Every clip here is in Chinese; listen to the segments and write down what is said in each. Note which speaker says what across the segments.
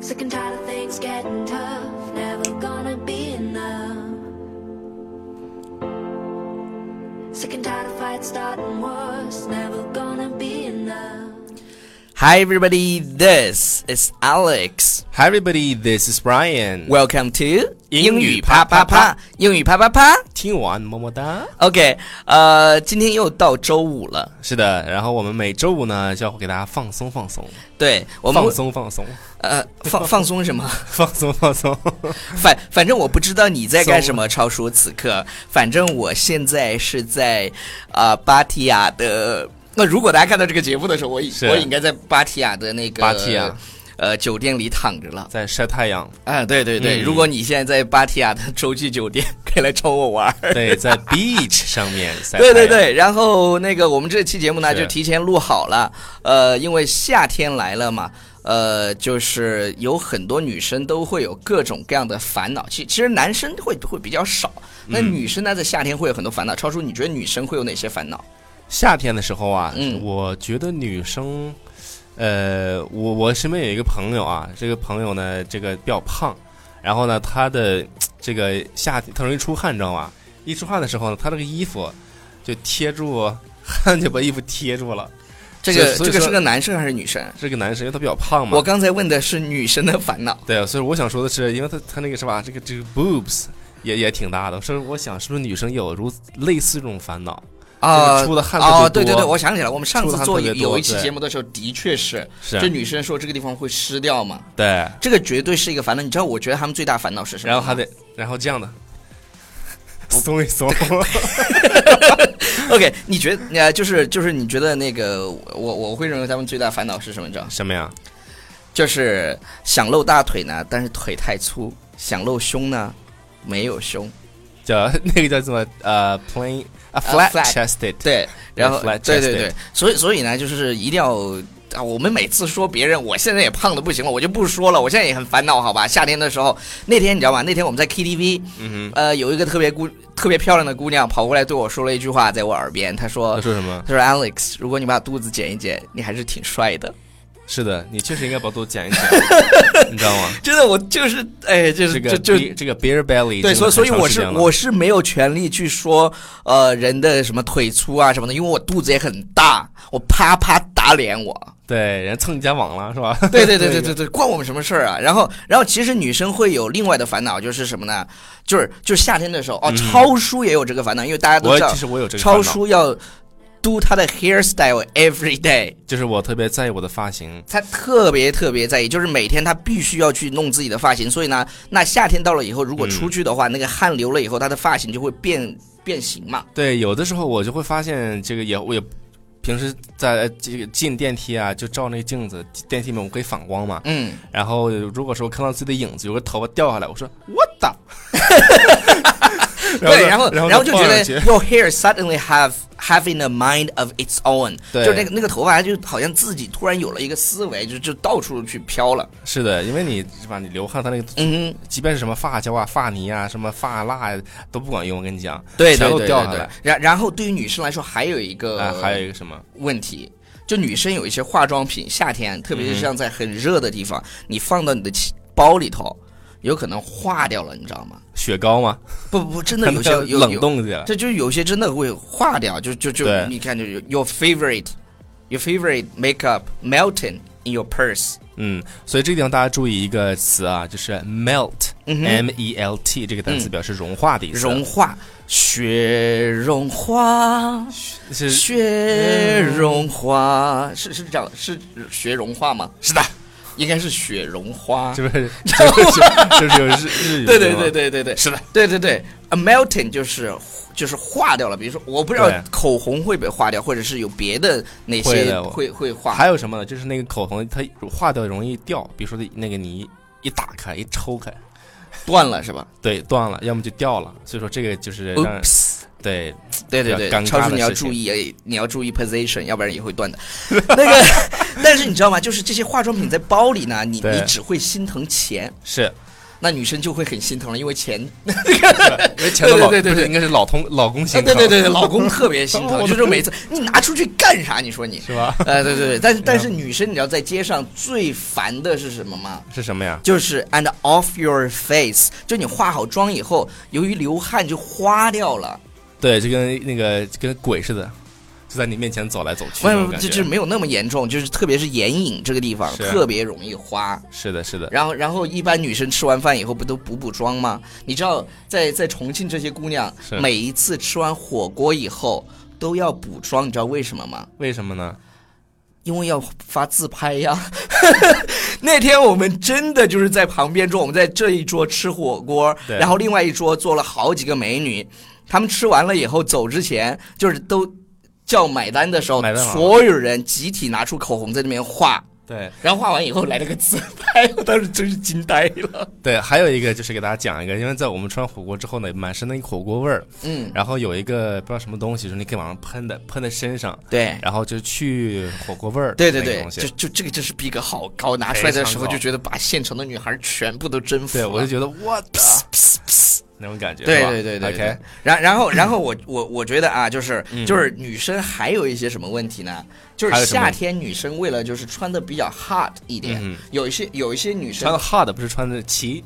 Speaker 1: Sick and tired of things getting tough, never gonna be enough. Sick and tired of fights starting wars, never gonna be enough.
Speaker 2: Hi, everybody. This is Alex.
Speaker 3: Hi, everybody. This is Brian.
Speaker 2: Welcome to
Speaker 3: 英语啪啪啪，
Speaker 2: 英语啪啪啪。
Speaker 3: 听完么么哒。
Speaker 2: OK，呃，今天又到周五了，
Speaker 3: 是的，然后我们每周五呢，就要给大家放松放松，
Speaker 2: 对我们
Speaker 3: 放松放松，
Speaker 2: 呃放放松什么？
Speaker 3: 放松放松。
Speaker 2: 反反正我不知道你在干什么，超叔此刻，反正我现在是在啊、呃芭提雅的。那如果大家看到这个节目的时候，我已
Speaker 3: 是
Speaker 2: 我应该在芭提雅的那个
Speaker 3: 芭提雅
Speaker 2: 呃酒店里躺着了。
Speaker 3: 在晒太 阳，
Speaker 2: 啊，对对对，
Speaker 3: 嗯
Speaker 2: 如果你现在在芭提雅的 洲际酒店，可以来找我玩儿。
Speaker 3: 对，在 beach 上面晒太
Speaker 2: 对
Speaker 3: 阳。
Speaker 2: 对对，然后那个我们这期节目呢
Speaker 3: 是
Speaker 2: 就提前录好了，呃，因为夏天来了嘛，呃，就是有很多女生都会有各种各样的烦恼，其其实男生会会比较少，那
Speaker 3: 嗯
Speaker 2: 女生呢在夏天会有很多烦恼。超叔，你觉得女生会有哪些烦恼？
Speaker 3: 夏天的时候啊，
Speaker 2: 嗯
Speaker 3: 我觉得女生，呃，我我身边有一个朋友啊，这个朋友呢，这个比较胖，然后呢，他的这个夏天他容易出汗，你知道吗？一出汗的时候呢，他这个衣服就贴住 汗，就把衣服贴住了。
Speaker 2: 这个这
Speaker 3: 所以所以
Speaker 2: 个是
Speaker 3: 说嗯
Speaker 2: 个男生还是女生？
Speaker 3: 这个男生因为他比较胖嘛，
Speaker 2: 我刚才问的是女生的烦恼。
Speaker 3: 对，啊所以我想说的是，因为他他那个是吧，这个这个 boobs 也也挺大的，所以我想是不是女生有如类似这种烦恼？
Speaker 2: 啊
Speaker 3: 就是出的汗特别
Speaker 2: 哦，对对
Speaker 3: 多
Speaker 2: 对，我想起来，我们上
Speaker 3: 出
Speaker 2: 次
Speaker 3: 的汗
Speaker 2: 做
Speaker 3: 特
Speaker 2: 有
Speaker 3: 别多
Speaker 2: 有一期
Speaker 3: 对
Speaker 2: 节目的时候，的确是，
Speaker 3: 是
Speaker 2: 就女生说这个地方会湿掉嘛，
Speaker 3: 对，
Speaker 2: 这个绝对是一个烦恼。你知道，我觉得他们最大烦恼是什么吗？
Speaker 3: 然后还得然后 这样的松一松，
Speaker 2: OK，你觉得呃，就是就是你觉得那个我我会认为他们最大烦恼是什么？你知道吗，
Speaker 3: 什么呀？
Speaker 2: 就是想露大腿呢，但是腿太粗；想露胸呢，没有胸。
Speaker 3: 叫那个叫什么？呃，plain 啊
Speaker 2: 呃
Speaker 3: ，flat
Speaker 2: ，flat
Speaker 3: chested，
Speaker 2: 对，然后
Speaker 3: flat
Speaker 2: 对对
Speaker 3: chested
Speaker 2: 对，所以所以呢，就是一定要。啊，我们每次说别人，我现在也胖的不行了，我就不说了。我现在也很烦恼，好吧？夏天的时候，那天你知道吗？那天我们在 KTV，
Speaker 3: 嗯
Speaker 2: 呃，有一个特别姑特别漂亮的姑娘跑过来对我说了一句话，在我耳边，她
Speaker 3: 哼，
Speaker 2: 说
Speaker 3: 他说什么：“？
Speaker 2: 她说 Alex，如果你把肚子减一减，你还是挺帅的。”
Speaker 3: 是的，你确实应该把肚子减一 减，你知道吗？
Speaker 2: 真的，我就是哎，就是
Speaker 3: 这
Speaker 2: 就
Speaker 3: 个
Speaker 2: 就
Speaker 3: beer- 这个 beer belly，
Speaker 2: 对，
Speaker 3: 真的
Speaker 2: 所以
Speaker 3: 很
Speaker 2: 所以我
Speaker 3: 长时
Speaker 2: 是
Speaker 3: 间了
Speaker 2: 我是没有权利去说呃人的什么腿粗啊什么的，因为我肚子也很大，我啪啪打脸我。
Speaker 3: 对人家蹭你家网了是吧？
Speaker 2: 对对对对对对，关我们什么事儿啊？然后然后其实女生会有另外的烦恼，就是什么呢？就是就是夏天的时候哦，
Speaker 3: 嗯
Speaker 2: 超叔也有这个烦恼，因为大家啊都
Speaker 3: 我
Speaker 2: 知道
Speaker 3: 其实我有这个
Speaker 2: 超
Speaker 3: 烦恼，
Speaker 2: 叔要 do 他的 hairstyle every day。
Speaker 3: 就是我特别在意我的发型。
Speaker 2: 他特别特别在意，就是每天他必须要去弄自己的发型，所以呢，那夏天到了以后，如果
Speaker 3: 嗯
Speaker 2: 出去的话，那个汗流了以后，他的发型就会变变形嘛。
Speaker 3: 对，有的时候我就会发现这个也我也平时在这个进电梯啊，就照那个镜子，电梯里面我可以反光嘛。
Speaker 2: 嗯，
Speaker 3: 然后如果说看到自己的影子，有个头发掉下来，我说 What the？
Speaker 2: 对，然
Speaker 3: 后
Speaker 2: 后
Speaker 3: 然
Speaker 2: 然后就觉得
Speaker 3: 放上去
Speaker 2: your hair suddenly have having a mind of its own，
Speaker 3: 对
Speaker 2: 就那个那个头发就好像自己突然有了一个思维，就就到处去飘了。
Speaker 3: 是的，因为你是吧，你流汗，它那个
Speaker 2: 嗯
Speaker 3: 即便是什么发胶啊、发泥啊、什么发蜡啊都不管用，我跟你讲
Speaker 2: 哼，，对
Speaker 3: 全
Speaker 2: 对
Speaker 3: 都
Speaker 2: 对
Speaker 3: 掉
Speaker 2: 对
Speaker 3: 下
Speaker 2: 对
Speaker 3: 来。。
Speaker 2: 然然后对于女生来说，还有一
Speaker 3: 啊，
Speaker 2: 个
Speaker 3: 还有一个什么？
Speaker 2: 问题。就女生有一些化妆品，夏天，特
Speaker 3: 嗯
Speaker 2: 别是像在很热的地方，你放到你的气包里头，有可能化掉了，你知道吗？
Speaker 3: 雪糕吗？
Speaker 2: 不不不，真的 有些有
Speaker 3: 冷，冻起来
Speaker 2: 有，这就是有些真的会化掉，就就就
Speaker 3: 对
Speaker 2: 你看就有 your favorite your favorite makeup melting in your purse。
Speaker 3: 嗯，所以这个地方大家注意一个词啊，就是 melt，M、
Speaker 2: 嗯哼
Speaker 3: E L T 这个单词
Speaker 2: 嗯
Speaker 3: 表示融化的意思。
Speaker 2: 融化，雪融化，
Speaker 3: 是嗯
Speaker 2: 雪融化，是是这样，是雪融化吗？是的，应该是雪融化。
Speaker 3: 是不 是？就是就是有日日语
Speaker 2: 对对对对对对，
Speaker 3: 是的，
Speaker 2: 对对对，a melting 就是就是化掉了。比如说，我不知道
Speaker 3: 对
Speaker 2: 口红会不会化掉，或者是有别的哪
Speaker 3: 会
Speaker 2: 些
Speaker 3: 的
Speaker 2: 会会化。
Speaker 3: 还有什么呢？就是那个口红，它化掉容易掉，比如说那个泥一打开一抽开，
Speaker 2: 断了是吧
Speaker 3: 对，断了，要么就掉了。所以说这个就是让人
Speaker 2: ？Oops，
Speaker 3: 对
Speaker 2: 对对
Speaker 3: 比
Speaker 2: 对，
Speaker 3: 较尴尬
Speaker 2: 超叔
Speaker 3: 的
Speaker 2: 你要
Speaker 3: 事情
Speaker 2: 注意，哎你要注意 position，要不然也会断 的。那个，但是你知道吗？就是这些化妆品在包里呢，你
Speaker 3: 对
Speaker 2: 你只会心疼钱。
Speaker 3: 是
Speaker 2: 那女生就会很心疼了，因为 钱，
Speaker 3: 因为哎前头老
Speaker 2: 对对对对
Speaker 3: 不是应该是老同老公心
Speaker 2: 对
Speaker 3: 疼，
Speaker 2: 对对对，老公特别心
Speaker 3: 我
Speaker 2: 疼，
Speaker 3: 的
Speaker 2: 就是每次你拿出去干啥？你说你，
Speaker 3: 是 吧？
Speaker 2: 呃，对对对，但是但是
Speaker 3: 嗯
Speaker 2: 女生你知道在街上最烦的是什么吗？
Speaker 3: 是什么呀？
Speaker 2: 就是 and off your face，就你化好妆以后，由于流汗就花掉了，
Speaker 3: 对，就跟那个就跟鬼似的，就在你面前走来走去
Speaker 2: 不
Speaker 3: 那种
Speaker 2: 不，
Speaker 3: 感
Speaker 2: 就
Speaker 3: 觉。
Speaker 2: 就是没有那么严重，就是特别是眼影这个地方
Speaker 3: 是啊
Speaker 2: 特别容易花。
Speaker 3: 是的，是的，
Speaker 2: 然后，然后一般女生吃完饭以后不都补补妆吗？你知道，在在重庆这些姑娘
Speaker 3: 是，
Speaker 2: 每一次吃完火锅以后都要补妆，你知道为什么吗？
Speaker 3: 为什么呢？
Speaker 2: 因为要发自拍呀。 那天我们真的就是在旁边桌，我们在这一桌吃火锅，
Speaker 3: 对
Speaker 2: 然后另外一桌坐了好几个美女，她们吃完了以后走之前，就是都叫买单的时候
Speaker 3: 买单，了
Speaker 2: 所有人集体拿出口红在那边画，
Speaker 3: 对
Speaker 2: 然后画完以后来了个自拍，我当时真是惊呆了。
Speaker 3: 对，还有一个就是给大家讲一个，因为在我们吃完火锅之后呢，满身的一个火锅味儿，
Speaker 2: 嗯，
Speaker 3: 然后有一个不知道什么东西，就是你可以往上喷的，喷在身上，
Speaker 2: 对。
Speaker 3: 然后就去火锅味儿。
Speaker 2: 对对
Speaker 3: 那个
Speaker 2: 对，
Speaker 3: 东西
Speaker 2: 就就这个真是逼格好高，拿出来的时候
Speaker 3: 非常高
Speaker 2: 就觉得把现场的女孩全部都征服
Speaker 3: 对
Speaker 2: 了。
Speaker 3: 我就觉得我的那种感觉，
Speaker 2: 对
Speaker 3: 是吧
Speaker 2: 对对对
Speaker 3: OK，
Speaker 2: 对
Speaker 3: 嗯
Speaker 2: 然然后然后 我我我觉得啊，就是就是女生还有一些什么问题呢？就是
Speaker 3: 还有什么
Speaker 2: 夏天女生为了就是穿的比较 hard 一
Speaker 3: 嗯
Speaker 2: 点，有一些有一些女
Speaker 3: 穿
Speaker 2: 生
Speaker 3: 的。hard 不是穿的齐，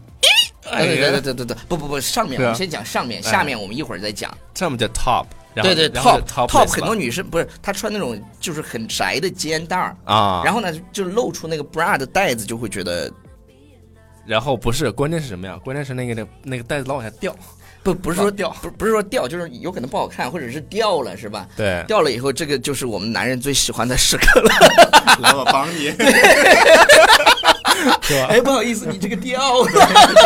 Speaker 2: 哎对对对对对对，不不不，上面
Speaker 3: 对
Speaker 2: 我
Speaker 3: 啊
Speaker 2: 们先讲上面，
Speaker 3: 哎
Speaker 2: 下面我们一会儿再讲。
Speaker 3: 上面叫 top，然
Speaker 2: 对
Speaker 3: 后
Speaker 2: 对
Speaker 3: 然后
Speaker 2: ，top
Speaker 3: 叫 top
Speaker 2: top
Speaker 3: topless
Speaker 2: 很多
Speaker 3: 吧
Speaker 2: 女生不是她穿那种就是很窄的肩带儿，
Speaker 3: 啊，
Speaker 2: 然
Speaker 3: 后
Speaker 2: 后呢就露出那个 bra 的带子，就会觉得
Speaker 3: 然后不是，关键是什么呀？关键是那个那那个袋子老往下掉，
Speaker 2: 不不是说
Speaker 3: 往掉
Speaker 2: 不不是说掉，就是有可能不好看，或者是掉了是吧？
Speaker 3: 对，
Speaker 2: 掉了以后，这个就是我们男人最喜欢的时刻了。
Speaker 4: 来，我帮 你，
Speaker 3: 是吧？
Speaker 2: 哎，不好意思，你这个掉了。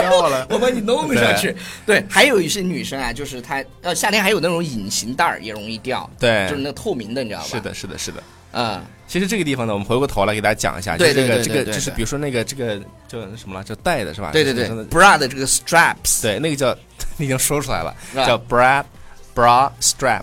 Speaker 4: 掉了。
Speaker 2: 我帮你弄上去。对，还有一些女生啊，就是她呃夏天还有那种隐形带儿也容易掉，
Speaker 3: 对
Speaker 2: 就是那透明的，你知道吧？
Speaker 3: 是，的，是的，是的。
Speaker 2: 嗯，
Speaker 3: 其实这个地方呢，我们回过头来给大家讲一下，就
Speaker 2: 对
Speaker 3: 是这个
Speaker 2: 对对
Speaker 3: 这
Speaker 2: 对
Speaker 3: 个
Speaker 2: 对
Speaker 3: 就是
Speaker 2: 对
Speaker 3: 比如说那个这个叫什么了，叫带子是吧？
Speaker 2: 对对
Speaker 3: 就
Speaker 2: 对
Speaker 3: 是女生的
Speaker 2: ，bra 的这个 straps，
Speaker 3: 对，那个叫你已经说出来了，
Speaker 2: 是吧
Speaker 3: 叫 bra bra
Speaker 2: 啊
Speaker 3: strap，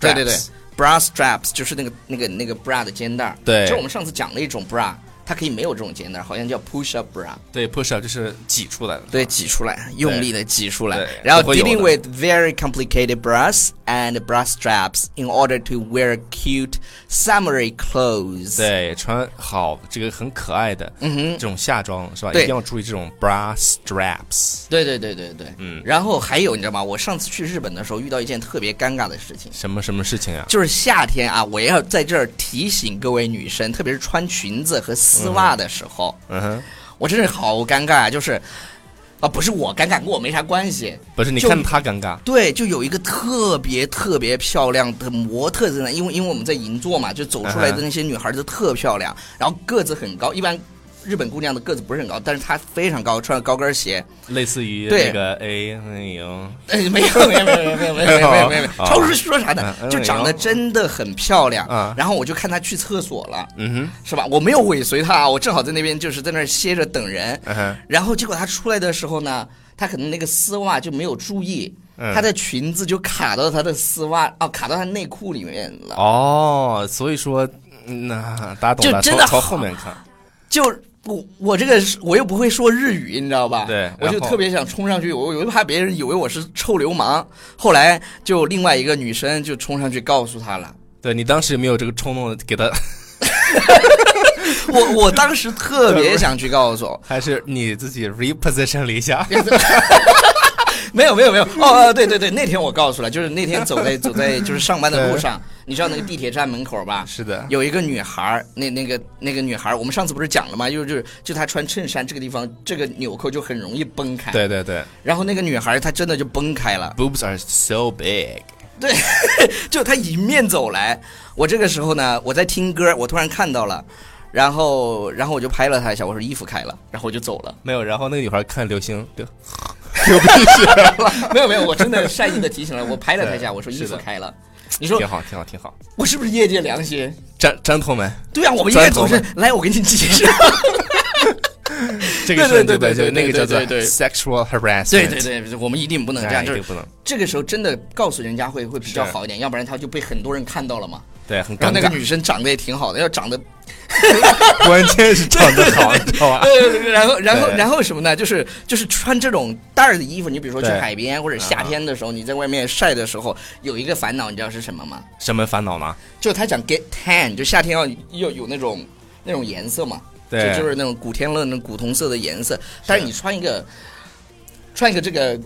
Speaker 2: 对对对
Speaker 3: straps
Speaker 2: ，bra straps 就是那个那个那个 bra 的肩带儿。
Speaker 3: 对
Speaker 2: 其实我们上次讲了一种 bra，它可以没有这种肩带儿，好像叫 push up bra。
Speaker 3: 对 push up 就是挤出来的，
Speaker 2: 对，挤出来，用力的挤出来
Speaker 3: 对。
Speaker 2: 然后
Speaker 3: 不会有的
Speaker 2: dealing with very complicated bras and bra straps in order to wear cute summery clothes。
Speaker 3: 对，穿好这个很可爱的，嗯哼，这种夏装是吧？
Speaker 2: 对
Speaker 3: 一定要注意这种 bra straps，
Speaker 2: 对对对对对，
Speaker 3: 嗯
Speaker 2: 然后还有你知道吗？我上次去日本的时候遇到一件特别尴尬的事情，
Speaker 3: 什么什么事情啊？
Speaker 2: 就是夏天啊，我要在这儿提醒各位女生，特别是穿裙子和丝袜的时候，
Speaker 3: 嗯哼，
Speaker 2: 我真是好尴尬啊！就是，啊，不是我尴尬，跟我没啥关系。
Speaker 3: 不是，你
Speaker 2: 就
Speaker 3: 看他尴尬，
Speaker 2: 对，就有一个特别特别漂亮的模特在那，因为因为我们在银座嘛，就走出
Speaker 3: 嗯
Speaker 2: 来的那些女孩都特漂亮，然后个子很高，一般日本姑娘的个子不是很高，但是她非常高，穿着高跟鞋，
Speaker 3: 类似于
Speaker 2: 对
Speaker 3: 那个 A 哎呦，
Speaker 2: 哎， 没有没有没有没有没有没有没有没有，
Speaker 3: 啊
Speaker 2: 超叔说啥呢
Speaker 3: 嗯？嗯
Speaker 2: 就长得真的很漂亮
Speaker 3: 啊。
Speaker 2: 然后我就看她去厕所了，
Speaker 3: 嗯
Speaker 2: 是吧？我没有尾随她啊，我正好在那边就是在那儿歇着等人
Speaker 3: 哼，。嗯哼，
Speaker 2: 然后结果她出来的时候呢，她可能那个丝袜就没有注意，
Speaker 3: 嗯
Speaker 2: 她的裙子就卡到她的丝袜哦，卡到她内裤里面了，
Speaker 3: 哦，所以说，嗯那大家懂
Speaker 2: 就
Speaker 3: 了，
Speaker 2: 真
Speaker 3: 从
Speaker 2: 的
Speaker 3: 从
Speaker 2: 好
Speaker 3: 后面看，
Speaker 2: 就。我我这个是我又不会说日语，你知道吧？
Speaker 3: 对
Speaker 2: 我就
Speaker 3: 然后
Speaker 2: 特别想冲上去，我我又怕别人以为我是臭流氓。后来就另外一个女生就冲上去告诉她了，
Speaker 3: 对你当时有没有这个冲动给 他？，
Speaker 2: 我我当时特别想去告诉
Speaker 3: 还是你自己 reposition 了一下？
Speaker 2: 没有没有没有，哦哦对对对，那天我告诉了，就是那天走在走在就是上班的路上，你知道那个地铁站门口吧？
Speaker 3: 是的，
Speaker 2: 有一个女孩儿，那那个那个女孩儿，我们上次不是讲了吗？就是就是就她穿衬衫这个地方，这个纽扣就很容易崩开。。
Speaker 3: 对对对
Speaker 2: 然后那个女孩儿她真的就崩开了，
Speaker 3: ，boobs are so big。
Speaker 2: 对，就她迎面走来。我这个时候呢，我在听歌，我突然看到了，然后然后我就拍了她一下，我说衣服开了，然后我就走了。
Speaker 3: 没有，然后那个女孩看流星，对，
Speaker 2: 没有没有，我真的善意的提醒了，我拍了他 一下，我说衣服开了。你说
Speaker 3: 挺好，挺好，挺好。
Speaker 2: 我是不是业界良心？
Speaker 3: 粘粘头们，
Speaker 2: 对啊，我们应该
Speaker 3: 砖头
Speaker 2: 总 是来，我给你解释。
Speaker 3: 这个
Speaker 2: 对
Speaker 3: 是
Speaker 2: 对对对
Speaker 3: 对，那
Speaker 2: 对对
Speaker 3: 个叫做
Speaker 2: 对对
Speaker 3: sexual harassment，
Speaker 2: 对对对，我们一定不能这
Speaker 3: 哎
Speaker 2: 样，就
Speaker 3: 这
Speaker 2: 是
Speaker 3: 个不能，
Speaker 2: 这个时候真的告诉人家会会比较
Speaker 3: 是
Speaker 2: 好一点，要不然他就被很多人看到了嘛。
Speaker 3: 对，很
Speaker 2: 然后
Speaker 3: 尴
Speaker 2: 那个
Speaker 3: 尬。
Speaker 2: 女生长得也挺好的，要长得
Speaker 3: 关键是长得 好，你知 道吧？
Speaker 2: 呃，然后，然后，
Speaker 3: 对
Speaker 2: 然后什么呢？就是就是穿这种袋儿的衣服，你比如说去
Speaker 3: 对
Speaker 2: 海边或者夏天的时候，你在外面晒的时候，有一个烦恼，你知道是什么吗？
Speaker 3: 什么烦恼呢？
Speaker 2: 就他讲 get tan，就夏天要要有那种那种颜色嘛，就
Speaker 3: 对，
Speaker 2: 就是那种古天乐那种古铜色的颜色，但是你穿一个穿一个这个，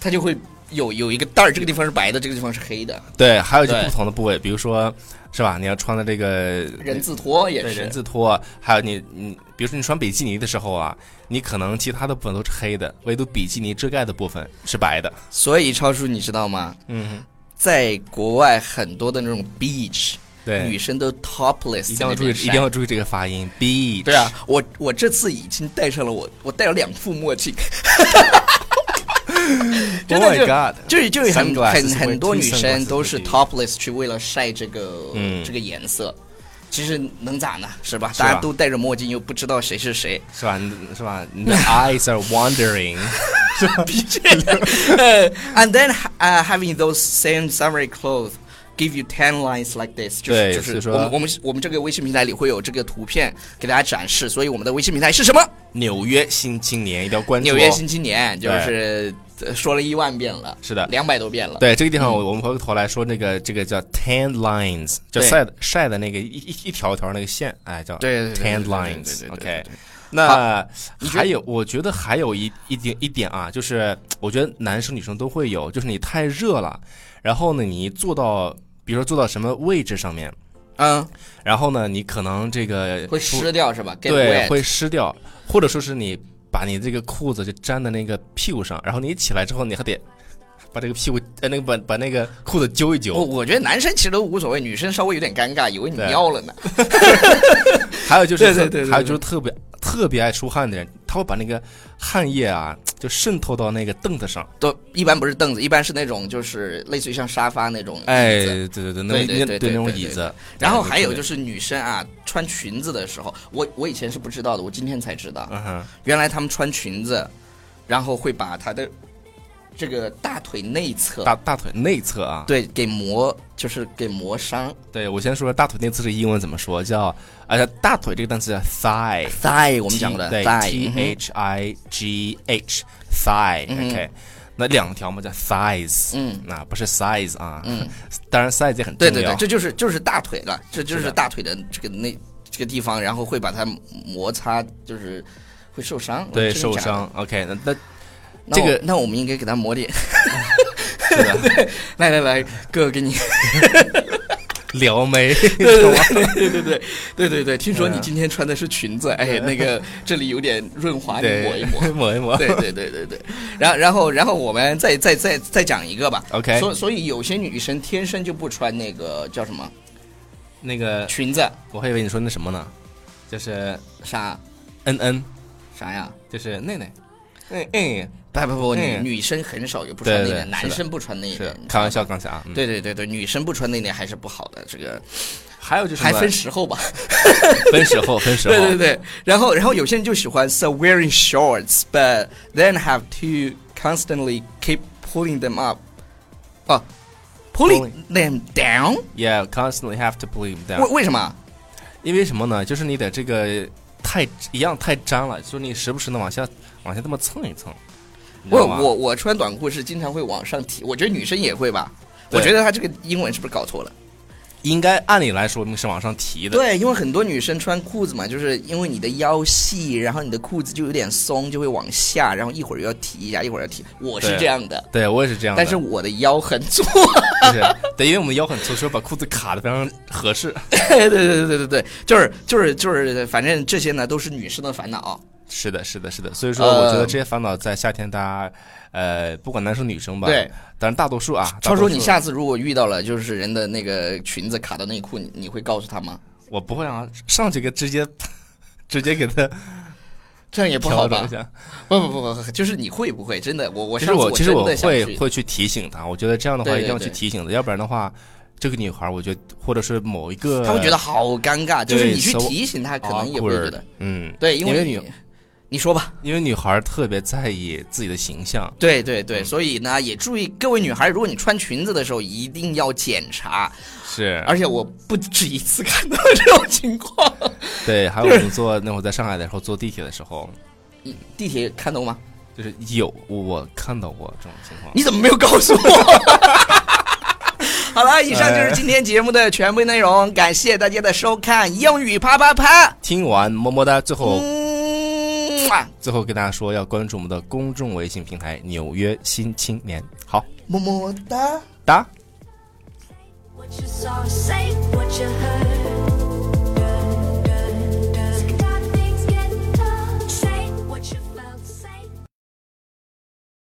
Speaker 2: 它就会有有一个袋儿，这个地方是白的，这个地方是黑的，
Speaker 3: 对，还有一些
Speaker 2: 对
Speaker 3: 不同的部位，比如说是吧？你要穿的这个
Speaker 2: 人字拖也
Speaker 3: 对
Speaker 2: 是
Speaker 3: 人。字拖，还有你你，比如说你穿比基尼的时候啊，你可能其他的部分都是黑的，唯独比基尼遮盖的部分是白的。
Speaker 2: 所以超叔，你知道吗？
Speaker 3: 嗯，
Speaker 2: 在国外很多的那种 beach，
Speaker 3: 对，
Speaker 2: 女生都 topless，
Speaker 3: 一定
Speaker 2: 在那
Speaker 3: 要注意，
Speaker 2: 边
Speaker 3: 一定
Speaker 2: 晒
Speaker 3: 要注意这个发音。B
Speaker 2: 对啊，，我我这次已经戴上了我我戴了两副墨镜，真
Speaker 3: Oh
Speaker 2: 的
Speaker 3: my
Speaker 2: 就
Speaker 3: god
Speaker 2: 就是就是很
Speaker 3: Sunglasses
Speaker 2: 很
Speaker 3: with
Speaker 2: 很多
Speaker 3: two
Speaker 2: 女生都是
Speaker 3: sunglasses would be-
Speaker 2: topless 去为了晒这个、
Speaker 3: 嗯
Speaker 2: 这个颜色，其实能咋呢？是吧？
Speaker 3: 是吧
Speaker 2: 大家都戴着墨镜，又不知道谁是 谁，
Speaker 3: 是吧？你是吧？你的 eyes are wandering，
Speaker 2: 呃 and then uh, having those same summer clothes give you tan lines like this，就是
Speaker 3: 对
Speaker 2: 就
Speaker 3: 所以
Speaker 2: 是
Speaker 3: 说
Speaker 2: 我们我们我们这个微信平台里会有这个图片给大家展示，所以我们的微信平台是什么？
Speaker 3: 纽约新青年一定要关注、哦。
Speaker 2: 纽约新青年就是呃说了一万遍了，
Speaker 3: 是的
Speaker 2: 两百多遍了。
Speaker 3: 对这个地方，我我们回过头来说，那个这个叫 tan lines，就
Speaker 2: 对
Speaker 3: 晒的晒的那个一一一条一条那个线，哎，叫
Speaker 2: 对对对对对
Speaker 3: tan
Speaker 2: 对对对
Speaker 3: lines。
Speaker 2: 对对
Speaker 3: OK，
Speaker 2: 对
Speaker 3: 那
Speaker 2: 你觉得
Speaker 3: 还有，我觉得还有一一点一点啊，就是我觉得男生女生都会有，就是你太热了，然后呢，你坐到，比如说坐到什么位置上面，
Speaker 2: 嗯，
Speaker 3: 然后呢，你可能这个
Speaker 2: 会
Speaker 3: 出
Speaker 2: 湿掉是吧？Get
Speaker 3: 对，
Speaker 2: wet
Speaker 3: 会湿掉，或者说是你把你这个裤子就粘在那个屁股上，然后你一起来之后，你还得把这个屁股呃那个把把那个裤子揪
Speaker 2: 我
Speaker 3: 一揪。
Speaker 2: 我觉得男生其实都无所谓，女生稍微有点尴尬，以为你
Speaker 3: 对
Speaker 2: 尿了呢。
Speaker 3: 还有就是
Speaker 2: 对对
Speaker 3: 特
Speaker 2: 对对
Speaker 3: 还有就是特别特别爱出汗的人，他会把那个汗液啊就渗透到那个凳子上。
Speaker 2: 都一般不是凳子，一般是那种就是类似于像沙发那种椅子。
Speaker 3: 哎，对对对，那
Speaker 2: 对
Speaker 3: 种
Speaker 2: 对对
Speaker 3: 那对
Speaker 2: 对
Speaker 3: 那种
Speaker 2: 对
Speaker 3: 椅
Speaker 2: 对
Speaker 3: 子。，
Speaker 2: 然后还有就是
Speaker 3: 哎
Speaker 2: 是女生啊，穿裙子的时候，我我以前是不知道的，我今天才知道，
Speaker 3: 嗯哼，
Speaker 2: 原来她们穿裙子，然后会把她的这个大腿内侧
Speaker 3: 大大腿内侧啊，
Speaker 2: 对，给磨就是给磨伤
Speaker 3: 对我先说大腿内侧是英文怎么说，叫啊大腿这个单词叫 thigh。
Speaker 2: thigh，我们讲过的
Speaker 3: 对
Speaker 2: thigh，
Speaker 3: T
Speaker 2: 嗯哼
Speaker 3: H I G H thigh，OK，、
Speaker 2: 嗯
Speaker 3: OK，那两条嘛叫 thighs，
Speaker 2: 嗯，
Speaker 3: 那、不是 size 啊，
Speaker 2: 嗯，
Speaker 3: 当然 size 也很重
Speaker 2: 对
Speaker 3: 要，
Speaker 2: 对对，这就是就是大腿了，这就是是
Speaker 3: 的
Speaker 2: 大腿的这个那这个地方，然后会把它摩擦，就是会受伤。
Speaker 3: 对
Speaker 2: 真的
Speaker 3: 受
Speaker 2: 假的。
Speaker 3: 伤，OK，那那
Speaker 2: 那我
Speaker 3: 这个
Speaker 2: 那我们应该给它抹点。
Speaker 3: 是 的，
Speaker 2: 来来来，哥给你。
Speaker 3: 撩妹，
Speaker 2: 对对对对对对对对，听说你
Speaker 3: 嗯
Speaker 2: 今天穿的是裙子，哎，那 个这里有点润滑，你抹一抹。
Speaker 3: 对，抹一抹，
Speaker 2: 对对对对对，然后然后然后我们再再再再讲一个吧。
Speaker 3: OK
Speaker 2: 所所以有些女生天生就不穿那个叫什么
Speaker 3: 那个
Speaker 2: 裙子，
Speaker 3: 我还以为你说那什么呢，就是
Speaker 2: 啥
Speaker 3: 嗯嗯，
Speaker 2: 啥呀？
Speaker 3: 就是内内，嗯嗯，
Speaker 2: 不不不，女
Speaker 3: 嗯
Speaker 2: 女生很少有不穿内
Speaker 3: 对对
Speaker 2: 内，
Speaker 3: 是的
Speaker 2: 男生不穿内内
Speaker 3: 是。开玩笑刚才啊，嗯，
Speaker 2: 对对对对，女生不穿内内还是不好的，这个
Speaker 3: 还有就是
Speaker 2: 还
Speaker 3: 什么
Speaker 2: 分时候吧。
Speaker 3: 分时 候，分时候，
Speaker 2: 对对对，然后然后有些人就喜欢 so wearing shorts but then have to constantly keep pulling them up，啊，pulling them down，
Speaker 3: ，Yeah, constantly have to pull him down，
Speaker 2: 为为什么？
Speaker 3: 因为什么呢？就是你得这个太一样太粘了，就是你时不时的往下往下这么蹭一蹭。你知
Speaker 2: 我
Speaker 3: 道吗
Speaker 2: 我我穿短裤是经常会往上提，我觉得女生也会吧。
Speaker 3: 对
Speaker 2: 我觉得她这个英文是不是搞错了？
Speaker 3: 应该按理来说你是往上提的，
Speaker 2: 对，因为很多女生穿裤子嘛，就是因为你的腰细，然后你的裤子就有点松，就会往下，然后一会儿又要提一下，一会儿要提。我是
Speaker 3: 对
Speaker 2: 这样的，
Speaker 3: 对我也是这样的。
Speaker 2: 但是我的腰很粗。
Speaker 3: 就是对，因为我们腰很粗，所以把裤子卡的非常 合适。
Speaker 2: 对对对对对对，就是就是就是，反正这些呢都是女生的烦恼。
Speaker 3: 是的，是的，是的。所以说，
Speaker 2: 呃
Speaker 3: 我觉得这些烦恼在夏天，大家呃，不管男生女生吧，
Speaker 2: 对，
Speaker 3: 但是大多数啊，
Speaker 2: 超
Speaker 3: 大多
Speaker 2: 叔，
Speaker 3: 数
Speaker 2: 你下次如果遇到了就是人的那个裙子卡到内裤，你你会告诉他吗？
Speaker 3: 我不会啊，上去给直接 直接给他
Speaker 2: 这样也不好
Speaker 3: 调
Speaker 2: 吧
Speaker 3: 整一？下。
Speaker 2: 不不不不，就是你会不会真的？我我
Speaker 3: 其
Speaker 2: 上次
Speaker 3: 实我其实
Speaker 2: 真
Speaker 3: 我
Speaker 2: 的想
Speaker 3: 会
Speaker 2: 去
Speaker 3: 会去提醒他，我觉得这样的话
Speaker 2: 对
Speaker 3: 一定要
Speaker 2: 对
Speaker 3: 去
Speaker 2: 对
Speaker 3: 提醒的，要不然的话，这个女孩儿我觉得或者是某一个，
Speaker 2: 他会觉得好尴尬，就是
Speaker 3: 呃对
Speaker 2: 你去
Speaker 3: ，so
Speaker 2: 提醒他，可能也不会觉得
Speaker 3: 啊 awkward，嗯，
Speaker 2: 对，因
Speaker 3: 因为
Speaker 2: 你
Speaker 3: 你
Speaker 2: 你说吧。
Speaker 3: 因为女孩儿特别在意自己的形象，
Speaker 2: 对对对，所以呢，也注意各位女孩，如果你穿裙子的时候一定要检查，
Speaker 3: 是，
Speaker 2: 而且我不止一次看到这种情况。
Speaker 3: 对，还有我们坐 那会儿在上海的时候，坐地铁的时候，
Speaker 2: 你地铁看到吗？
Speaker 3: 就是有我我看到过这种情况。
Speaker 2: 你怎么没有告诉我？好了，以上就是今天节目的全部内容，感谢大家的收看，英语啪啪啪，
Speaker 3: 听完么么哒，最后
Speaker 2: 嗯，么
Speaker 3: 最后跟大家说要关注我们的公众微信平台《纽约新青年》。好，
Speaker 2: 么么哒。
Speaker 3: 哒。
Speaker 1: What you saw, say